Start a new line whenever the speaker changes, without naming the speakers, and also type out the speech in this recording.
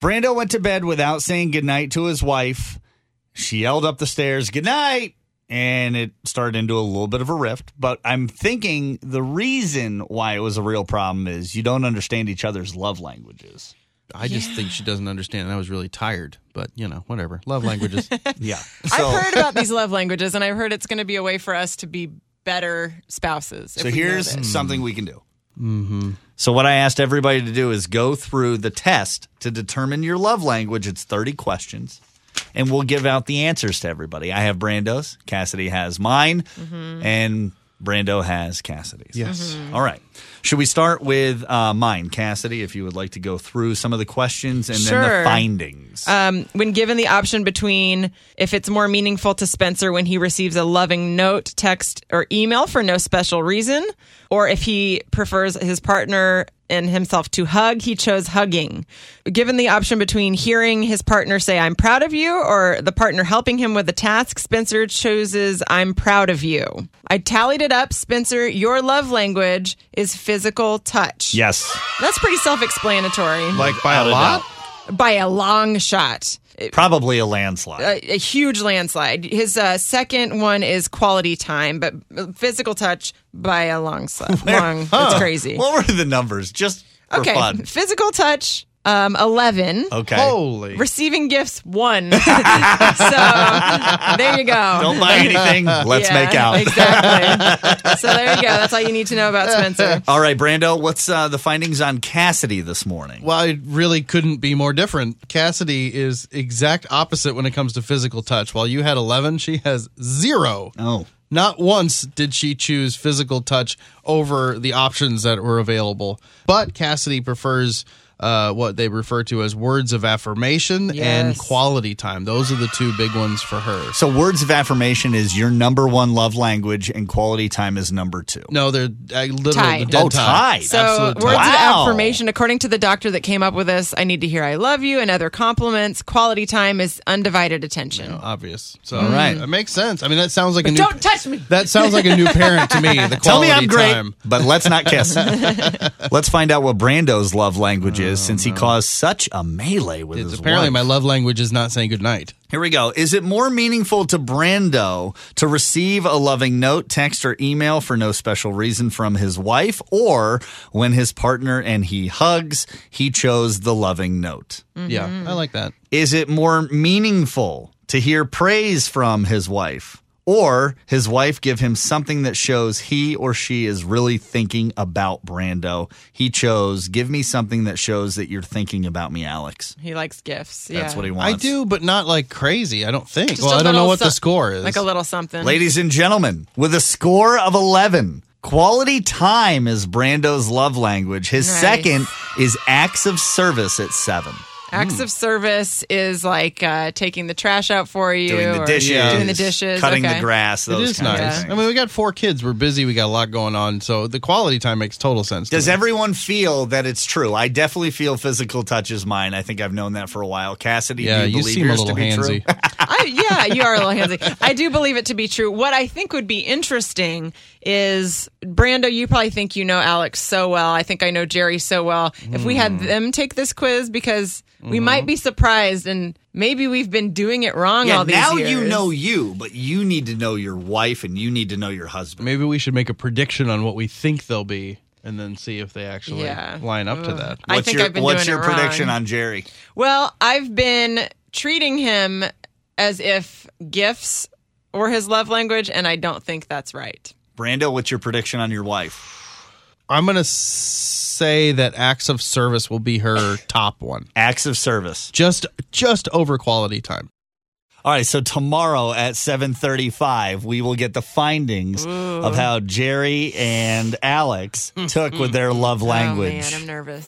Brando went to bed without saying goodnight to his wife. She yelled up the stairs, goodnight. And it started into a little bit of a rift. But I'm thinking the reason why it was a real problem is you don't understand each other's love languages.
I just think she doesn't understand. And I was really tired, but you know, whatever. Love languages.
Yeah.
I've heard about these love languages, and I've heard it's going to be a way for us to be better spouses. if
So
we know
here's
this.
something we can do.
Mm-hmm.
So what I asked everybody to do is go through the test to determine your love language. It's 30 questions. And we'll give out the answers to everybody. I have Brando's, Cassidy has mine,
Mm-hmm.
and Brando has Cassidy's.
Yes.
All right. Should we start with uh, mine, Cassidy, if you would like to go through some of the questions and then
Sure.
the findings?
um, when given the option between if it's more meaningful to Spencer when he receives a loving note, text, or email for no special reason, or if he prefers his partner and himself to hug, he chose hugging. Given the option between hearing his partner say, I'm proud of you, or the partner helping him with a task, Spencer chooses, I'm proud of you. I tallied it up. Spencer, your love language is physical touch.
yes.
That's pretty self explanatory
like by a lot?
by a long shot
Probably a landslide.
a huge landslide. His uh, second one is quality time, but physical touch by a long slide. Long, it's crazy.
what were the numbers? Just for
Uh, okay,
fun.
physical touch, um, eleven.
Okay.
Holy.
Receiving gifts, one. so there you go.
Don't buy anything. Let's
Yeah,
make out.
exactly. so there you go. That's all you need to know about Spencer.
All right, Brando, what's uh, the findings on Cassidy this morning?
Well, it really couldn't be more different. Cassidy is exact opposite when it comes to physical touch. While you had 11, she has zero.
Oh,
Not once did she choose physical touch over the options that were available. But Cassidy prefers uh, what they refer to as words of affirmation and
Yes.
quality time. Those are the two big ones for her.
so words of affirmation is your number one love language, and quality time is number two.
No, they're uh, literally
Tied.
dead
oh, tied.
So
Absolute
words
Wow.
of affirmation, according to the doctor that came up with this, I need to hear "I love you" and other compliments. Quality time is undivided attention.
obvious. So
All right.
it makes sense. I mean, that sounds like a new
Don't touch me.
that sounds like a new parent to me. The quality
Tell me I'm great,
time.
but let's not kiss. let's find out what Brando's love language is, since he caused such a melee with
Oh, It's
his
apparently
wife.
my love language is not saying goodnight.
Here we go. Is it more meaningful to Brando to receive a loving note, text, or email for no special reason from his wife, or when his partner and he hugs, he chose the loving note?
Mm-hmm.
Yeah, I like that.
Is it more meaningful to hear praise from his wife or his wife give him something that shows he or she is really thinking about Brando? He chose, give me something that shows that you're thinking about me, Alex.
He likes gifts.
That's
yeah.
what he wants.
I do, but not like crazy. I don't think.
Just
well,
a
I don't know
little
what the
so-
score is.
Like a little something.
Ladies and gentlemen, with a score of 11, quality time is Brando's love language. His
Nice.
second is acts of service at seven.
Acts
Hmm.
of service is like uh, taking the trash out for you,
Doing the
or
dishes,
doing the dishes,
cutting
okay.
the grass.
it
Those
is
kinds of
nice.
things.
I mean, we got four kids. We're busy. We got a lot going on. So the quality time makes total sense. to
Does
me.
everyone feel that it's true? I definitely feel physical touch is mine. I think I've known that for a while. Cassidy,
Yeah,
do you,
you
believe
seem a
yours to
little
be
handsy.
true?
I, yeah, you are a little handsy. I do believe it to be true. What I think would be interesting is Brando. You probably think you know Alex so well. I think I know Jerry so well. If we
Hmm.
had them take this quiz, because we might be surprised, and maybe we've been doing it wrong
yeah,
all these
now
years.
you know you, but you need to know your wife and you need to know your husband.
Maybe we should make a prediction on what we think they'll be, and then see if they actually
Yeah.
line up to that.
I
What's
think
your
I've been
What's
doing
your
it wrong.
prediction on Jerry?
Well, I've been treating him as if gifts were his love language, and I don't think that's right.
Brando, what's your prediction on your wife?
I'm gonna say that acts of service will be her top one.
Acts of service.
Just just over quality time.
All right, so tomorrow at 7:35 we will get the findings of how Jerry and Alex took with their love language.
nervous.